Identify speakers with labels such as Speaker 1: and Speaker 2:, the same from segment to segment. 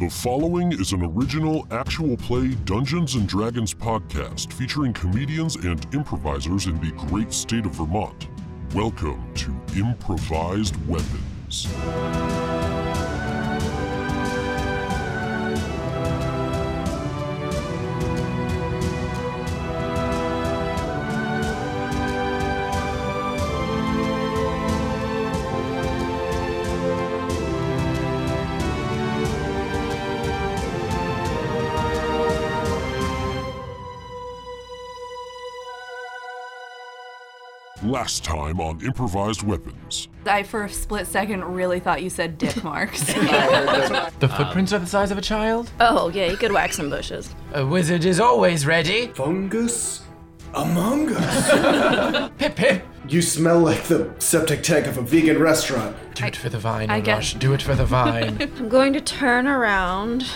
Speaker 1: The following is an original actual play Dungeons and Dragons podcast featuring comedians and improvisers in the great state of Vermont. Welcome to Improvised Weapons. Last time on Improvised Weapons.
Speaker 2: I, for a split second, really thought you said dick marks.
Speaker 3: The footprints are the size of a child?
Speaker 4: Oh, yeah, you could whack some bushes.
Speaker 3: A wizard is always ready.
Speaker 5: Fungus among us.
Speaker 3: Pip pip.
Speaker 5: you smell like the septic tank of a vegan restaurant.
Speaker 3: Do it for the vine,
Speaker 2: I
Speaker 3: I
Speaker 2: get-
Speaker 3: Lush. Do it for the vine.
Speaker 4: I'm going to turn around.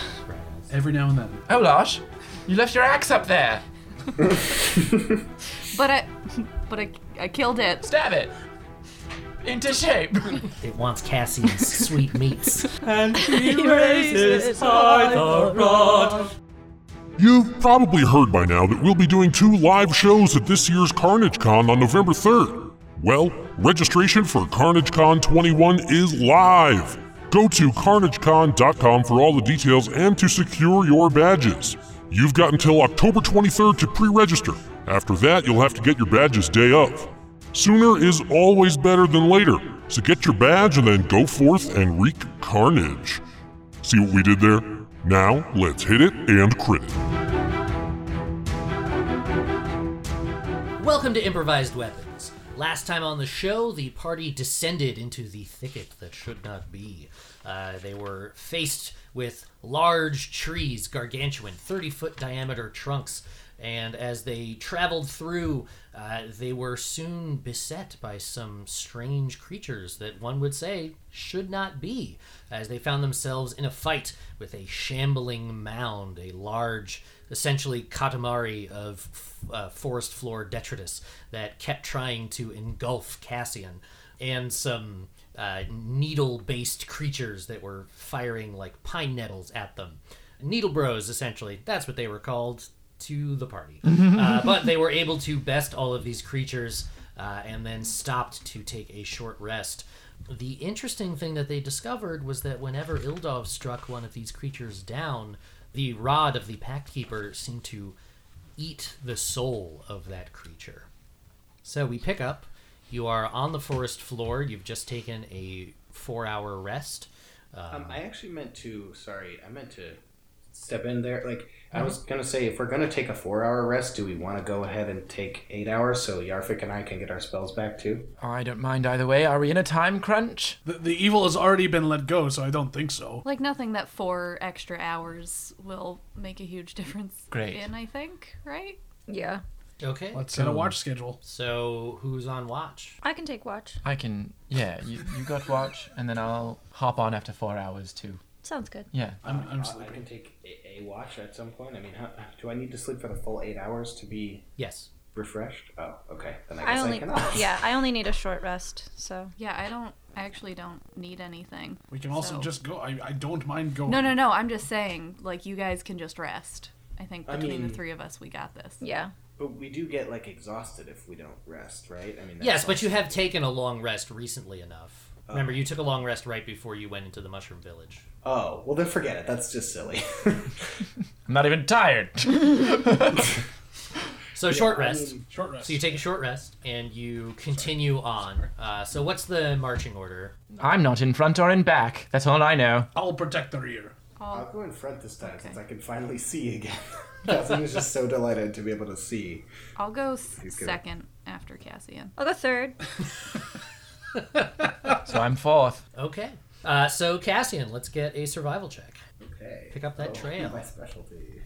Speaker 6: Every now and then.
Speaker 3: oh, Lush, you left your axe up there.
Speaker 2: but I, but I, I killed it.
Speaker 3: Stab it. Into shape.
Speaker 7: It wants Cassian's sweet meats.
Speaker 1: You've probably heard by now that we'll be doing two live shows at this year's Carnage Con on November 3rd. Well, registration for Carnage Con 21 is live. Go to carnagecon.com for all the details and to secure your badges. You've got until October 23rd to pre register. After that, you'll have to get your badges day of. Sooner is always better than later, so get your badge and then go forth and wreak carnage. See what we did there? Now, let's hit it and crit it.
Speaker 7: Welcome to Improvised Weapons. Last time on the show, the party descended into the thicket that should not be. Uh, they were faced with large trees, gargantuan, 30 foot diameter trunks, and as they traveled through, uh, they were soon beset by some strange creatures that one would say should not be, as they found themselves in a fight with a shambling mound, a large essentially katamari of f- uh, forest floor detritus that kept trying to engulf Cassian, and some uh, needle based creatures that were firing like pine nettles at them. Needle Bros, essentially, that's what they were called to the party. uh, but they were able to best all of these creatures uh, and then stopped to take a short rest. The interesting thing that they discovered was that whenever Ildov struck one of these creatures down, the rod of the Pact Keeper seemed to eat the soul of that creature. So we pick up. You are on the forest floor. You've just taken a four hour rest.
Speaker 8: Um, I actually meant to. Sorry, I meant to step in there. Like I was gonna say, if we're gonna take a four-hour rest, do we want to go ahead and take eight hours so Yarfik and I can get our spells back too?
Speaker 3: I don't mind either way. Are we in a time crunch?
Speaker 6: The, the evil has already been let go, so I don't think so.
Speaker 2: Like nothing that four extra hours will make a huge difference.
Speaker 3: Great.
Speaker 2: In I think right.
Speaker 4: Yeah.
Speaker 7: Okay.
Speaker 6: Let's set a watch schedule.
Speaker 7: So who's on watch?
Speaker 4: I can take watch.
Speaker 3: I can. Yeah, you, you got watch, and then I'll hop on after four hours too.
Speaker 4: Sounds good.
Speaker 3: Yeah.
Speaker 6: I'm, I'm
Speaker 8: Uh, I
Speaker 6: sleeping.
Speaker 8: can take a, a watch at some point. I mean, how, do I need to sleep for the full eight hours to be
Speaker 7: Yes.
Speaker 8: refreshed? Oh, okay. Then I
Speaker 4: I
Speaker 8: guess I,
Speaker 4: only
Speaker 8: cannot.
Speaker 4: Yeah, I only need a short rest, so
Speaker 2: Yeah, I don't. I actually don't need anything.
Speaker 6: We can also
Speaker 2: So-
Speaker 6: just go. I, I don't mind going.
Speaker 2: No, no, no. I'm just saying, like you guys can just rest. I think
Speaker 8: I
Speaker 2: between
Speaker 8: mean-
Speaker 2: the three of us, we got this.
Speaker 4: yeah.
Speaker 8: But we do get like exhausted if we don't rest, right? I mean, that's
Speaker 7: Yes, but
Speaker 8: also-
Speaker 7: you have taken a long rest recently enough. Remember, you took a long rest right before you went into the Mushroom Village.
Speaker 8: Oh, well, then forget it. That's just silly.
Speaker 3: I'm not even tired.
Speaker 7: So short rest.
Speaker 6: Short rest.
Speaker 7: so you take a short rest and you continue on. Uh, so what's the marching order?
Speaker 3: I'm not in front or in back. That's all I know.
Speaker 6: I'll protect the rear.
Speaker 8: I'll go in front this time since I can finally see again. Cousin is just so delighted to be able to see.
Speaker 2: I'll go s-
Speaker 8: good.
Speaker 2: second after Cassian.
Speaker 4: I'll go third.
Speaker 3: So I'm fourth.
Speaker 7: Okay. Uh, so Cassian, let's get a survival check.
Speaker 8: Okay. Oh,
Speaker 7: Pick up that trail.
Speaker 8: My specialty.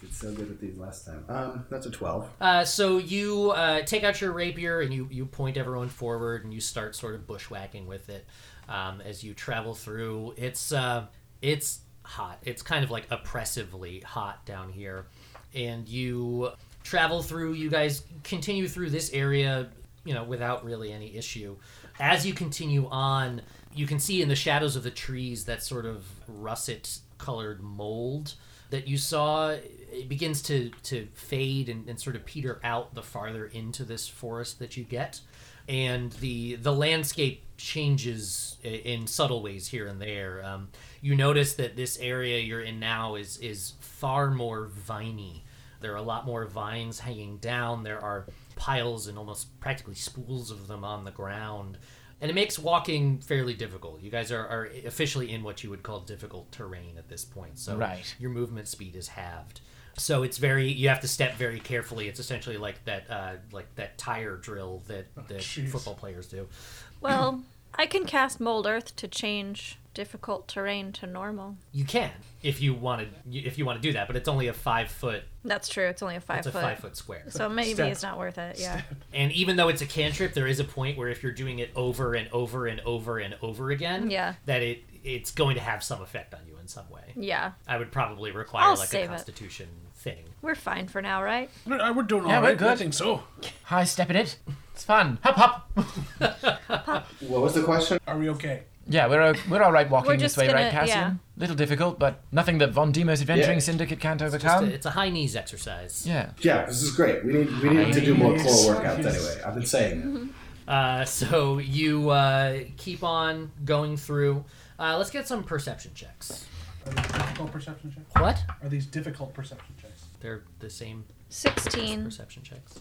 Speaker 8: Did so good at these last time. Um, that's a twelve.
Speaker 7: Uh, so you uh, take out your rapier and you, you point everyone forward and you start sort of bushwhacking with it um, as you travel through. It's uh, it's hot. It's kind of like oppressively hot down here, and you travel through. You guys continue through this area you know, without really any issue. As you continue on, you can see in the shadows of the trees that sort of russet colored mold that you saw it begins to to fade and, and sort of peter out the farther into this forest that you get and the the landscape changes i- in subtle ways here and there. Um, you notice that this area you're in now is is far more viney. There are a lot more vines hanging down. There are piles and almost practically spools of them on the ground. And it makes walking fairly difficult. You guys are, are officially in what you would call difficult terrain at this point. So
Speaker 3: Right.
Speaker 7: your movement speed is halved. So it's very you have to step very carefully. It's essentially like that uh, like that tire drill that, that
Speaker 6: jeez.
Speaker 7: football players do.
Speaker 4: Well, I can cast Mold Earth to change difficult terrain to normal.
Speaker 7: You can if you want to if you want to do that, but it's only a five foot
Speaker 4: That's true. It's only a five
Speaker 7: it's a
Speaker 4: foot.
Speaker 7: five foot square.
Speaker 4: So maybe
Speaker 6: Step.
Speaker 4: it's not worth it. Yeah.
Speaker 7: And even though it's a cantrip, there is a point where if you're doing it over and over and over and over again,
Speaker 4: Yeah.
Speaker 7: that it it's going to have some effect on you in some way.
Speaker 4: Yeah.
Speaker 7: I would probably require
Speaker 4: I'll
Speaker 7: like a
Speaker 4: save it.
Speaker 7: constitution thing.
Speaker 4: We're fine for now, right?
Speaker 6: We're we're doing all right.
Speaker 3: Yeah, we're
Speaker 6: I
Speaker 3: good.
Speaker 6: think so.
Speaker 3: High step at it. It's fun. Hop hop.
Speaker 8: What was the question?
Speaker 6: Are we okay?
Speaker 3: Yeah, we're o- we're all right walking
Speaker 4: We're
Speaker 3: this
Speaker 4: just
Speaker 3: way, right,
Speaker 4: gonna-
Speaker 3: Cassian?
Speaker 4: yeah.
Speaker 3: Little difficult, but nothing that Von Demos Adventuring
Speaker 8: Yeah.
Speaker 3: Syndicate can't
Speaker 7: Just a-
Speaker 3: overcome.
Speaker 7: it's a high knees exercise.
Speaker 3: yeah.
Speaker 8: Yeah, this is great. We need we need to do more core workouts anyway. I've been saying it.
Speaker 7: Uh, so you uh, keep on going through. Uh, let's get some perception checks.
Speaker 6: Are these difficult perception checks?
Speaker 7: What?
Speaker 6: Are these difficult perception checks?
Speaker 7: They're the same
Speaker 4: 16.
Speaker 7: perception checks.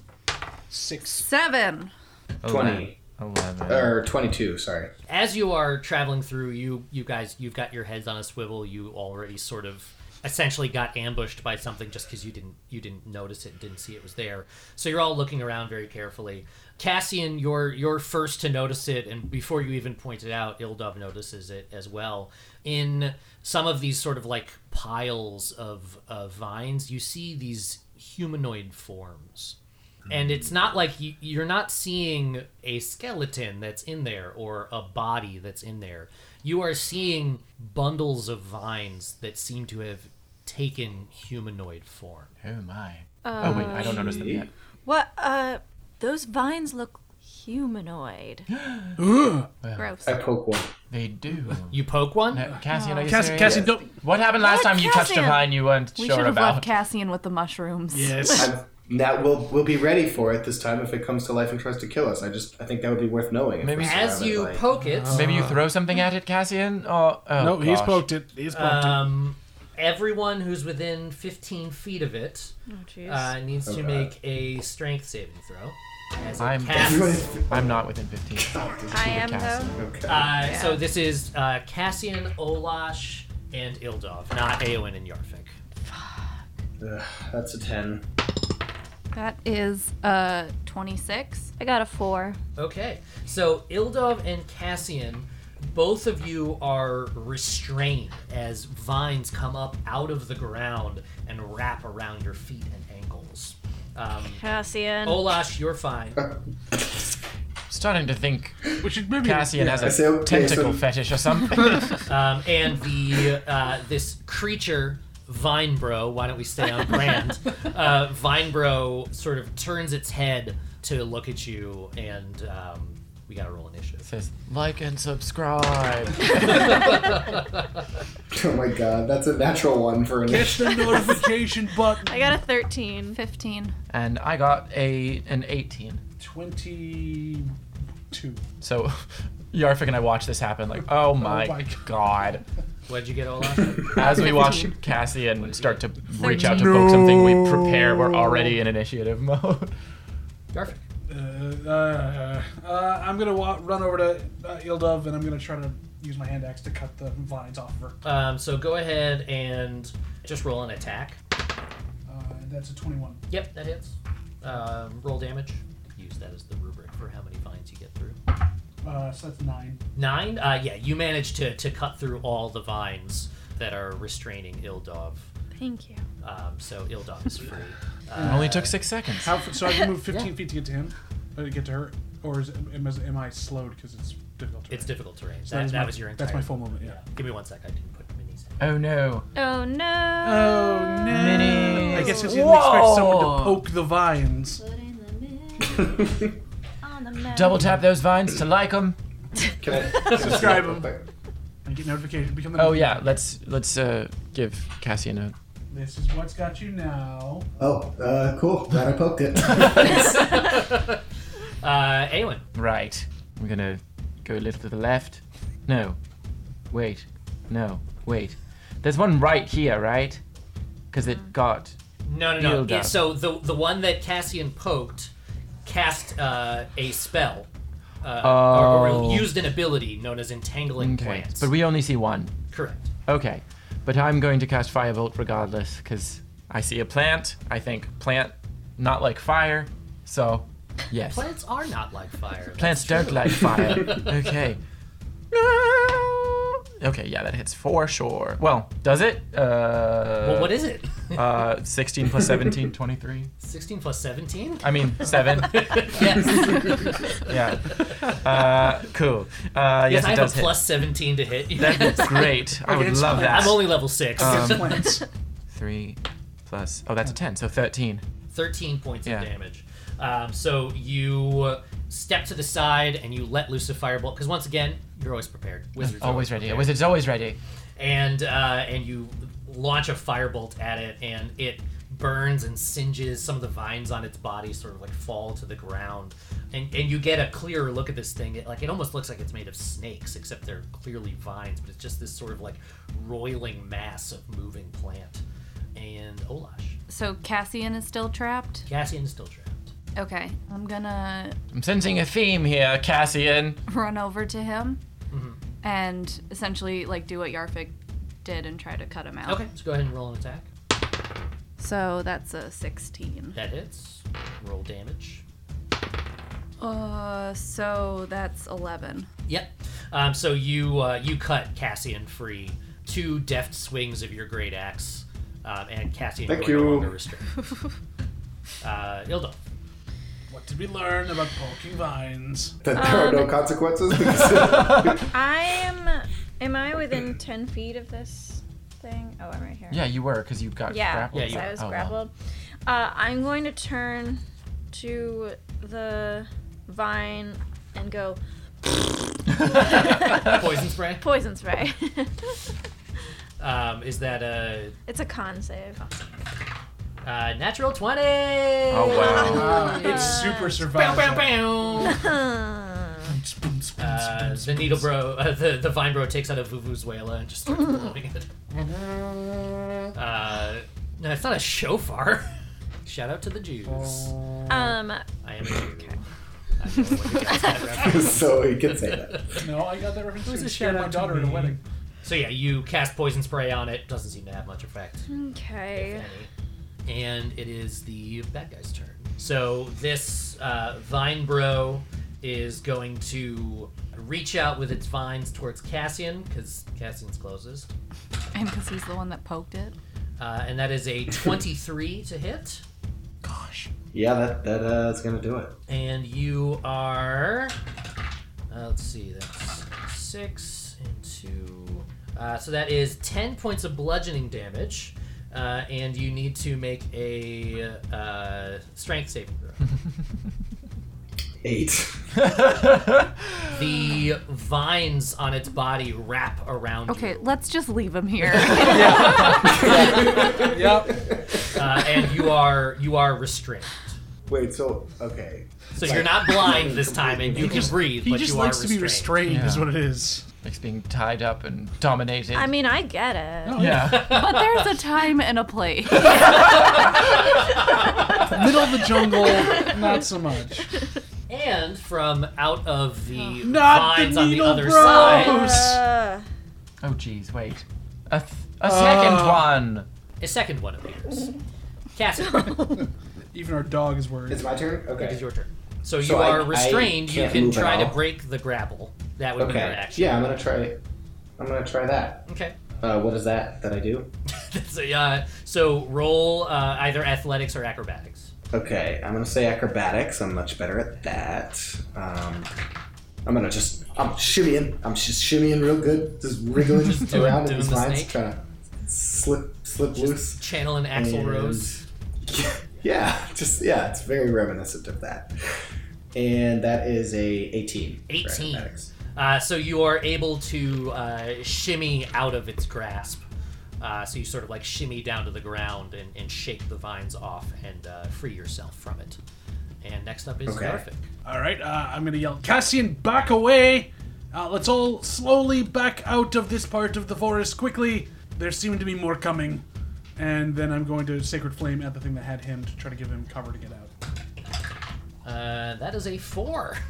Speaker 6: Six.
Speaker 2: Seven.
Speaker 8: Twenty
Speaker 3: Eleven.
Speaker 8: or twenty-two. Sorry.
Speaker 7: as you are traveling through you you guys you've got your heads on a swivel you already sort of essentially got ambushed by something just because you didn't you didn't notice it didn't see it was there so you're all looking around very carefully cassian you're you're first to notice it and before you even point it out ildov notices it as well in some of these sort of like piles of of vines you see these humanoid forms and it's not like you, you're not seeing a skeleton that's in there or a body that's in there. You are seeing bundles of vines that seem to have taken humanoid form.
Speaker 3: Oh my. oh wait, I don't notice them yet.
Speaker 4: What? Uh, those vines look humanoid. Gross.
Speaker 8: I poke one.
Speaker 3: They do.
Speaker 7: You poke one?
Speaker 3: No, Cassian, are you
Speaker 6: Cassie,
Speaker 3: serious?
Speaker 6: Cassie, don't.
Speaker 3: What happened last
Speaker 2: What,
Speaker 3: time you touched a
Speaker 2: Cassian?
Speaker 3: vine you weren't
Speaker 2: We
Speaker 3: sure
Speaker 2: should have
Speaker 3: about?
Speaker 2: left Cassian with the mushrooms.
Speaker 6: Yes.
Speaker 8: I'm, now we'll we'll be ready for it this time if it comes to life and tries to kill us. I just I think that would be worth knowing. if
Speaker 3: Maybe-
Speaker 8: we're
Speaker 7: As
Speaker 8: surrounded
Speaker 7: you
Speaker 8: by-
Speaker 7: poke it,
Speaker 3: Uh-huh. Maybe you throw something at it, Cassian? Or, oh,
Speaker 6: no, he's
Speaker 3: gosh.
Speaker 6: poked it. He's poked
Speaker 7: um, everyone who's within 15 feet of it
Speaker 4: Oh, jeez.
Speaker 7: uh, needs to
Speaker 8: Okay.
Speaker 7: make a strength saving throw. As it
Speaker 3: I'm-
Speaker 7: casts.
Speaker 3: I'm not within 15.
Speaker 4: I am,
Speaker 3: Cassian.
Speaker 4: though.
Speaker 8: Okay.
Speaker 7: Uh, So this is uh, Cassian, Olash, and Ildov, not Aowen and Yarfik.
Speaker 8: Ugh, that's a ten.
Speaker 2: That is uh 26.
Speaker 4: I got a four.
Speaker 7: Okay, so Ildov and Cassian, both of you are restrained as vines come up out of the ground and wrap around your feet and ankles. Um,
Speaker 4: Cassian.
Speaker 7: Olash, you're fine.
Speaker 3: Starting to think
Speaker 6: it. We should maybe.
Speaker 3: Cassian has
Speaker 8: I
Speaker 3: a
Speaker 8: say, okay,
Speaker 3: tentacle
Speaker 8: so-
Speaker 3: fetish or something.
Speaker 7: Um, and the uh, this creature, Vinebro, why don't we stay on brand? uh, Vinebro sort of turns its head to look at you, and um, we gotta roll initiative.
Speaker 3: Says, like and subscribe.
Speaker 8: Oh my god, that's a natural one for an.
Speaker 6: Catch the notification button.
Speaker 4: I got a 13.
Speaker 2: 15.
Speaker 3: And I got a an 18.
Speaker 6: 22.
Speaker 3: So Yarfik and I watch this happen, like, oh my,
Speaker 6: my
Speaker 3: god.
Speaker 7: What'd you get, Olash?
Speaker 3: As we watch Cassian start to reach out to poke something, we prepare. We're already in initiative mode.
Speaker 7: Yarfik.
Speaker 6: Uh, uh, uh, I'm gonna wa- run over to uh, Ildov and I'm gonna try to use my hand axe to cut the vines off of her.
Speaker 7: Um, so go ahead and just roll an attack.
Speaker 6: Uh, that's a 21.
Speaker 7: Yep, that hits. Um, roll damage. Use that as the rubric for how many vines you get through.
Speaker 6: Uh, so that's nine.
Speaker 7: Nine. Uh, yeah, you managed to, to cut through all the vines that are restraining Ildov.
Speaker 4: Thank you.
Speaker 7: Um, so Ildov is free. Uh,
Speaker 3: Only took six seconds.
Speaker 6: How? F- so I can move 15 feet to get to him, but to get to her, or is, am, is- am I slowed because it's difficult? To
Speaker 7: It's difficult terrain.
Speaker 6: that
Speaker 7: that
Speaker 6: is
Speaker 7: that
Speaker 6: my-
Speaker 7: was your entire.
Speaker 6: that's my full movement, yeah.
Speaker 7: Give me one sec. I didn't put minis. in.
Speaker 3: Oh no.
Speaker 4: Oh, no.
Speaker 6: Oh no!
Speaker 3: Minis.
Speaker 6: I guess because you didn't expect someone to
Speaker 3: Whoa.
Speaker 6: poke the vines.
Speaker 4: on the mend.
Speaker 3: Double tap those vines to like them.
Speaker 8: Can I
Speaker 6: Subscribe him. And get notification. Become the
Speaker 3: Oh yeah, let's let's uh, give Cassian a.
Speaker 6: This is what's got you now.
Speaker 5: Oh, uh, cool. Glad I poked it.
Speaker 7: Uh, Aelin.
Speaker 3: Right. I'm gonna go a little to the left. No. Wait. No. Wait. There's one right here, right? Because it got.
Speaker 7: No, no, no.
Speaker 3: Field
Speaker 7: Yeah,
Speaker 3: up.
Speaker 7: so the the one that Cassian poked cast uh, a spell. Uh, or,
Speaker 3: Oh.
Speaker 7: or used an ability known as entangling
Speaker 3: Okay.
Speaker 7: plants.
Speaker 3: But we only see one.
Speaker 7: Correct.
Speaker 3: Okay. But I'm going to cast Firebolt regardless, because I see a plant. I think plant, not like fire. So, yes.
Speaker 7: Plants are not like fire.
Speaker 3: Plants
Speaker 7: that's
Speaker 3: don't
Speaker 7: true.
Speaker 3: like fire. okay. Okay, yeah, that hits for sure. Well, does it? Uh,
Speaker 7: Well, what is it?
Speaker 3: Uh, 16 plus 17, 23.
Speaker 7: 16 plus 17?
Speaker 3: I mean, 7.
Speaker 7: Yes.
Speaker 3: yeah. Uh, cool. Uh, yes, it
Speaker 7: yes, I have a
Speaker 3: does hit.
Speaker 7: plus 17 to hit.
Speaker 3: That's great. Um, I would
Speaker 6: it's
Speaker 3: love
Speaker 6: fine.
Speaker 3: that.
Speaker 7: I'm only level 6.
Speaker 6: Against plants.
Speaker 3: 3 plus. Oh, that's a 10, so 13.
Speaker 7: 13 points
Speaker 3: Yeah.
Speaker 7: of damage. Um, so you step to the side and you let loose a firebolt because once again you're always prepared. Wizards are
Speaker 3: Always ready.
Speaker 7: prepared.
Speaker 3: Wizard's always ready.
Speaker 7: and uh, and you launch a firebolt at it, and it burns and singes some of the vines on its body, sort of like fall to the ground, and and you get a clearer look at this thing. It, like it almost looks like it's made of snakes, except they're clearly vines, but it's just this sort of like roiling mass of moving plant. And Olash,
Speaker 2: So Cassian is still trapped?
Speaker 7: Cassian's still trapped.
Speaker 2: Okay. I'm gonna
Speaker 3: I'm sensing a theme here, Cassian.
Speaker 2: run over to him and essentially like do what Yarfik did and try to cut him out.
Speaker 7: Okay, so go ahead and roll an attack.
Speaker 2: So that's a 16.
Speaker 7: That hits. Roll damage.
Speaker 2: Uh, so that's 11.
Speaker 7: Yep. Um, so you uh, you cut Cassian free. Two deft swings of your great axe, um, and Cassian
Speaker 8: Thank
Speaker 7: you're no
Speaker 8: you.
Speaker 7: longer restrained. uh, Ildo.
Speaker 6: What did we learn about poking vines?
Speaker 5: that there are
Speaker 6: Um,
Speaker 5: no consequences? Because
Speaker 4: I'm. Am I within 10 feet of this thing? Oh, I'm right here.
Speaker 3: Yeah, you were, because you got
Speaker 4: Yeah,
Speaker 3: grappled.
Speaker 7: Yeah, you
Speaker 4: so I was
Speaker 7: were.
Speaker 3: Oh, well.
Speaker 4: grappled. Uh, I'm going to turn to the vine and go
Speaker 7: Poison spray.
Speaker 4: poison spray.
Speaker 7: Um, is that a,
Speaker 4: it's a con save.
Speaker 7: uh natural twenty?
Speaker 3: Oh, wow.
Speaker 6: Ah, it's super survival.
Speaker 7: Uh, the needle bro, uh, the the vine bro takes out a vuvuzuela and just starts blowing it. Uh, no, it's not a shofar. Shout out to the Jews.
Speaker 4: Um,
Speaker 7: I am a Jew. I know what you guys have referenced.
Speaker 5: so he can say that.
Speaker 6: no, I got that reference. It
Speaker 7: was a
Speaker 6: scared
Speaker 7: shout
Speaker 6: my
Speaker 7: out to
Speaker 6: daughter at a
Speaker 7: me.
Speaker 6: wedding.
Speaker 7: So yeah, you cast poison spray on it. Doesn't seem to have much effect,
Speaker 4: okay.
Speaker 7: if any. And it is the bad guy's turn. So this uh, vine bro is going to reach out with its vines towards Cassian because Cassian's closest,
Speaker 2: And because he's the one that poked it.
Speaker 7: uh, and that is a twenty-three to hit.
Speaker 8: Yeah, that that uh, is gonna do it.
Speaker 7: And you are. Uh, let's see, that's six and two. Uh, so that is 10 points of bludgeoning damage. Uh, and you need to make a uh, strength saving throw.
Speaker 8: Eight.
Speaker 7: the vines on its body wrap around
Speaker 2: Okay,
Speaker 7: you,
Speaker 2: let's just leave him here.
Speaker 6: Yep.
Speaker 7: uh, and you are you are restrained.
Speaker 5: Wait, so, okay.
Speaker 7: So you're not blind this time, and you can breathe,
Speaker 6: He
Speaker 7: but
Speaker 6: just
Speaker 7: you
Speaker 6: likes
Speaker 7: are
Speaker 6: to be restrained, is
Speaker 3: Yeah.
Speaker 6: what it is.
Speaker 3: Likes being tied up and dominated.
Speaker 4: I mean, I get it.
Speaker 3: yeah.
Speaker 2: but there's a time and a place.
Speaker 6: Middle of the jungle, not so much.
Speaker 7: And from out of the
Speaker 6: Not the
Speaker 7: vines on the
Speaker 6: needle
Speaker 7: other
Speaker 6: bros!
Speaker 7: side,
Speaker 4: Uh,
Speaker 3: Oh, jeez, wait. A, th- a second
Speaker 7: Uh.
Speaker 3: one.
Speaker 7: a second one appears. Cassie,
Speaker 6: Even our dog is worried.
Speaker 8: It's my turn.
Speaker 7: it is
Speaker 8: Okay.
Speaker 7: your turn. So you
Speaker 8: So I-
Speaker 7: are
Speaker 8: I
Speaker 7: restrained. You
Speaker 8: can't
Speaker 7: can
Speaker 8: move at
Speaker 7: try to
Speaker 8: all?
Speaker 7: break the grapple. That would be your
Speaker 8: Okay.
Speaker 7: action.
Speaker 8: Yeah, I'm gonna try. I'm gonna try that.
Speaker 7: Okay.
Speaker 8: Uh, what is that that I do?
Speaker 7: so, uh, so roll uh, either athletics or acrobatics.
Speaker 8: Okay, I'm gonna say acrobatics. I'm much better at that. Um, I'm gonna just. I'm shimmying. I'm just shimmying real good. Just wriggling
Speaker 7: doing-
Speaker 8: around in
Speaker 7: doing
Speaker 8: these
Speaker 7: the
Speaker 8: lines,
Speaker 7: snake.
Speaker 8: trying to slip slip loose.
Speaker 7: Channel and Axel
Speaker 8: And-
Speaker 7: Rose.
Speaker 8: Yeah, just yeah, it's very reminiscent of that. and that is a 18. for
Speaker 7: 18.
Speaker 8: acrobatics.
Speaker 7: Uh, so you are able to uh, shimmy out of its grasp. Uh, so you sort of like shimmy down to the ground and, and shake the vines off and uh, free yourself from it. And next up is
Speaker 8: Okay.
Speaker 7: Garfic.
Speaker 6: All right, uh, I'm gonna yell, Cassian, back away! Uh, let's all slowly back out of this part of the forest quickly. There seem to be more coming. And then I'm going to Sacred Flame at the thing that had him to try to give him cover to get out.
Speaker 7: Uh, that is a four.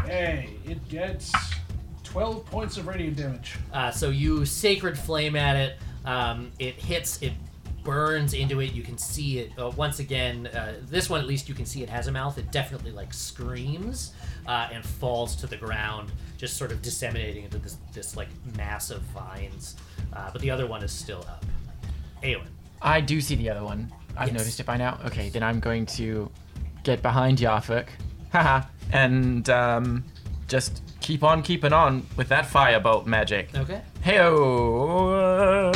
Speaker 6: Okay, it gets 12 points of radiant damage.
Speaker 7: Uh, so you sacred flame at it. Um, it hits. It burns into it. You can see it uh, once again. Uh, this one, at least, you can see it has a mouth. It definitely like screams uh, and falls to the ground, just sort of disseminating into this this like mass of vines. Uh, but the other one is still up. Aelin.
Speaker 3: I do see the other one. I've
Speaker 7: Yes.
Speaker 3: noticed it by now. Okay, then I'm going to get behind Yarfuk. Haha. And um, just keep on keeping on with that firebolt magic.
Speaker 7: Okay.
Speaker 3: Hey oh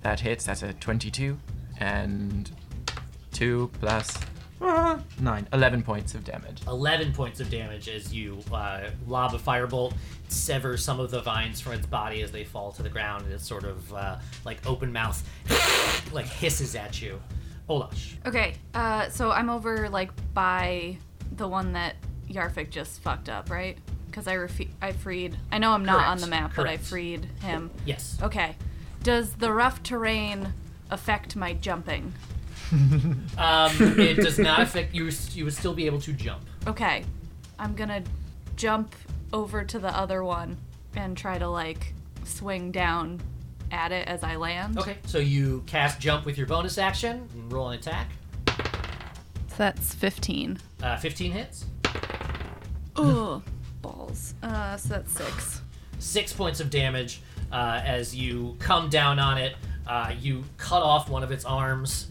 Speaker 3: That hits, that's a twenty-two. And two plus uh, nine. Eleven points of damage.
Speaker 7: 11 points of damage as you uh, lob a firebolt, sever some of the vines from its body as they fall to the ground, and it sort of uh, like open mouth, like hisses at you. Olash.
Speaker 2: Okay, uh, so I'm over like by the one that Yarfik just fucked up, right? Because I refi- I freed. I know I'm not on
Speaker 7: Correct,
Speaker 2: the map, but I
Speaker 7: correct.
Speaker 2: freed him.
Speaker 7: Yes.
Speaker 2: Okay. Does the rough terrain affect my jumping?
Speaker 7: Um, it does not affect you. You would still be able to jump.
Speaker 2: Okay. I'm gonna jump over to the other one and try to like swing down at it as I land.
Speaker 7: Okay. So you cast jump with your bonus action and roll an attack.
Speaker 2: So that's 15.
Speaker 7: Uh, 15 hits.
Speaker 2: Ooh, balls. Uh, so that's six.
Speaker 7: six points of damage uh, as you come down on it. Uh, you cut off one of its arms,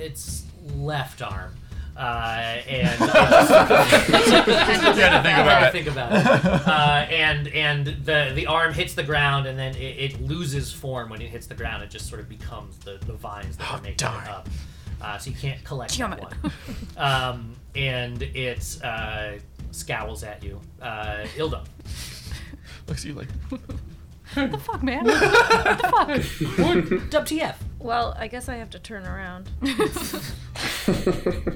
Speaker 7: its left arm, uh, and
Speaker 3: Yeah, think
Speaker 7: I gotta think about it. Uh, and and the the arm hits the ground, and then it, it loses form when it hits the ground. It just sort of becomes the, the vines that are making
Speaker 3: Oh, darn.
Speaker 7: it up. Uh, so you can't collect
Speaker 2: Damn
Speaker 7: that
Speaker 2: it.
Speaker 7: one. Um, and it uh, scowls at you, uh, Ilda.
Speaker 3: Looks at you like
Speaker 2: the fuck, man? what the
Speaker 7: WTF?
Speaker 4: Well, I guess I have to turn around.
Speaker 2: fuck?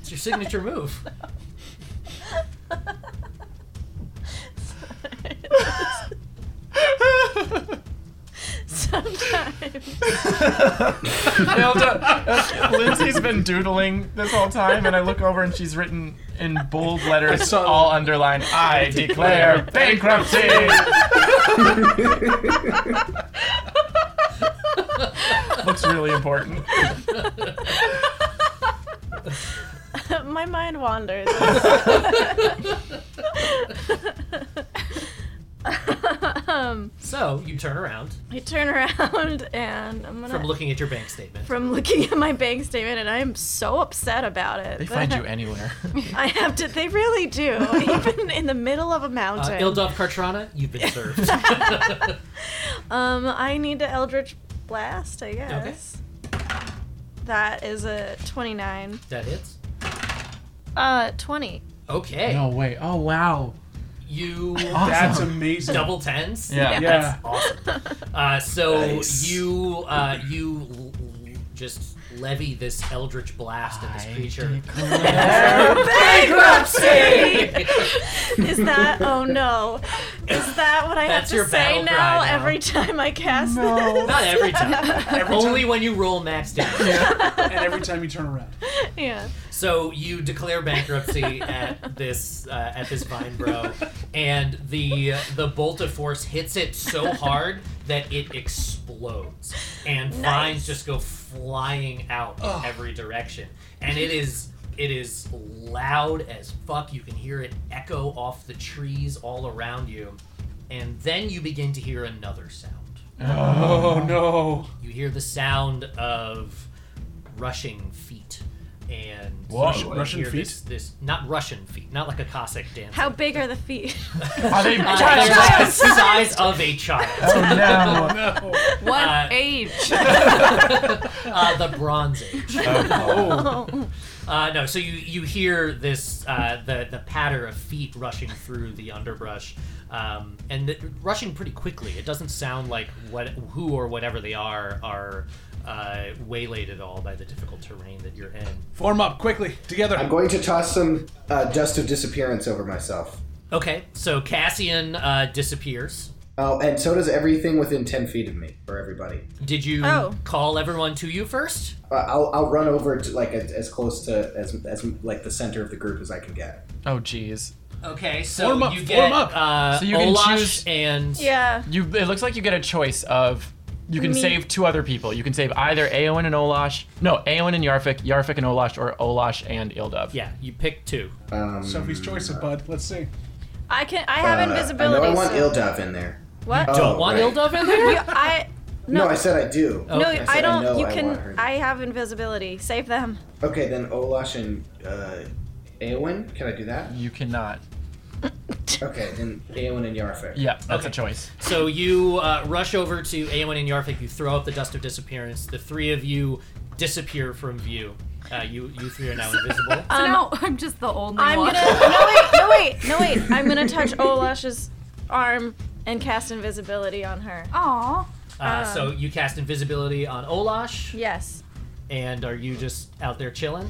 Speaker 7: It's your signature move.
Speaker 4: Sometimes.
Speaker 3: Hilda, uh, Lindsay's been doodling this whole time, and I look over and she's written in bold letters, all underlined, I declare bankruptcy! Looks really important.
Speaker 4: My mind wanders. um,
Speaker 7: So you turn around
Speaker 4: I turn around and I'm gonna
Speaker 7: from looking at your bank statement.
Speaker 4: from looking at my bank statement, and I am so upset about it.
Speaker 3: They
Speaker 4: that
Speaker 3: find
Speaker 4: I-
Speaker 3: you anywhere.
Speaker 4: I have to. They really do, even in the middle of a
Speaker 7: Uh,
Speaker 4: mountain.
Speaker 7: Ildov Kartrana, you've been served.
Speaker 4: Um, I need to Eldritch Blast, I guess. That is a 29.
Speaker 7: that hits.
Speaker 4: Uh, 20.
Speaker 7: Okay.
Speaker 6: No way. Oh, wow.
Speaker 7: You
Speaker 6: That's amazing.
Speaker 7: double tens.
Speaker 3: Yeah.
Speaker 6: Yeah.
Speaker 7: Awesome. Uh, so
Speaker 8: Nice.
Speaker 7: you uh, you l- l- just levy this eldritch blast at this creature. Bankruptcy.
Speaker 4: Is that? oh no. Is that what I
Speaker 7: That's
Speaker 4: have
Speaker 7: your
Speaker 4: to
Speaker 7: battle
Speaker 4: say now,
Speaker 7: cry now.
Speaker 4: every time I cast this?
Speaker 7: Not every time. Only when you roll max damage.
Speaker 6: and every time you turn around.
Speaker 4: Yeah.
Speaker 7: So you declare bankruptcy at this uh, at this vine bro, and the the bolt of force hits it so hard that it explodes, and vines just go flying out in every direction, and it is it is loud as fuck. You can hear it echo off the trees all around you, and then you begin to hear another sound.
Speaker 6: Oh, no.
Speaker 7: You hear the sound of rushing feet and
Speaker 3: Whoa.
Speaker 7: you
Speaker 6: Russian
Speaker 7: hear
Speaker 6: feet?
Speaker 7: This, this not Russian feet, not like a Cossack dance.
Speaker 4: How big are the feet?
Speaker 3: Are they
Speaker 7: Uh,
Speaker 3: giant?
Speaker 7: they're like the size of a child.
Speaker 3: Oh no!
Speaker 6: No.
Speaker 2: What
Speaker 7: Uh,
Speaker 2: age?
Speaker 7: Uh, the Bronze Age.
Speaker 6: Oh.
Speaker 7: Uh, no, so you you hear this uh, the the patter of feet rushing through the underbrush, um, and th- rushing pretty quickly. It doesn't sound like what who or whatever they are are uh, waylaid at all by the difficult terrain that you're in.
Speaker 6: Form up quickly together.
Speaker 8: I'm going to toss some uh, dust of disappearance over myself.
Speaker 7: Okay, so Cassian uh, disappears.
Speaker 8: Oh, and so does everything within 10 feet of me, or everybody.
Speaker 7: Did you
Speaker 4: Oh.
Speaker 7: call everyone to you first?
Speaker 8: Uh, I'll, I'll run over to, like, as, as close to, as, as, like, the center of the group as I can get.
Speaker 3: Oh jeez.
Speaker 7: Okay, so
Speaker 6: Form up,
Speaker 7: you
Speaker 6: form
Speaker 7: get
Speaker 6: up.
Speaker 7: Uh,
Speaker 3: So you can
Speaker 7: Olash
Speaker 3: choose-
Speaker 7: and
Speaker 4: yeah.
Speaker 3: You. It looks like you get a choice of. You can
Speaker 4: Me.
Speaker 3: save two other people. You can save either Aowen and Olash. No, Aowen and Yarfik, Yarfik and Olash, or Olash and Ildov.
Speaker 7: yeah, you pick two.
Speaker 8: Um,
Speaker 6: Sophie's choice, bud. Let's see.
Speaker 4: I can. I have
Speaker 8: uh,
Speaker 4: invisibility.
Speaker 8: I know I want
Speaker 4: so-
Speaker 8: Ildov in there.
Speaker 4: What?
Speaker 8: Oh,
Speaker 7: Don't want
Speaker 8: right.
Speaker 7: Ildov in there.
Speaker 4: You- I.
Speaker 8: No,
Speaker 4: No.
Speaker 8: I said I do.
Speaker 7: Okay.
Speaker 4: No,
Speaker 7: I
Speaker 8: said
Speaker 4: I
Speaker 8: I
Speaker 4: don't.
Speaker 8: know
Speaker 4: you
Speaker 8: I
Speaker 4: can.
Speaker 8: want her.
Speaker 4: I have invisibility. Save them.
Speaker 8: Okay, then Olash and uh, Aowen. Can I do that?
Speaker 3: You cannot.
Speaker 8: Okay, then Aowen and Yarfik.
Speaker 3: Yeah, that's a choice.
Speaker 7: So you uh, rush over to Aowen and Yarfik. You throw up the dust of disappearance. The three of you disappear from view. Uh, you you three are now invisible.
Speaker 2: So now I'm just the only
Speaker 4: Um, I'm
Speaker 2: one.
Speaker 4: gonna. no wait. No wait. No wait. I'm gonna touch Olash's arm and cast invisibility on her.
Speaker 2: Aw.
Speaker 7: Uh, so you cast invisibility on Olash,
Speaker 4: Yes.
Speaker 7: and are you just out there chilling?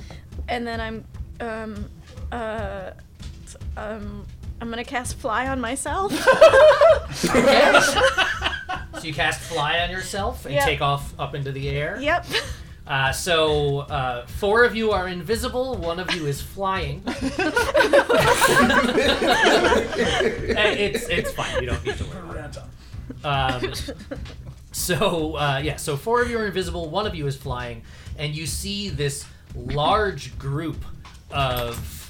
Speaker 4: And then I'm. Um. Uh. t- Um. I'm gonna cast fly on myself.
Speaker 7: So you cast fly on yourself and
Speaker 4: Yep.
Speaker 7: take off up into the air.
Speaker 4: yep.
Speaker 7: Uh, so uh, four of you are invisible. One of you is flying. Uh, it's it's fine. You don't need to worry. about it. Um, so uh, yeah, so four of you are invisible, one of you is flying, and you see this large group of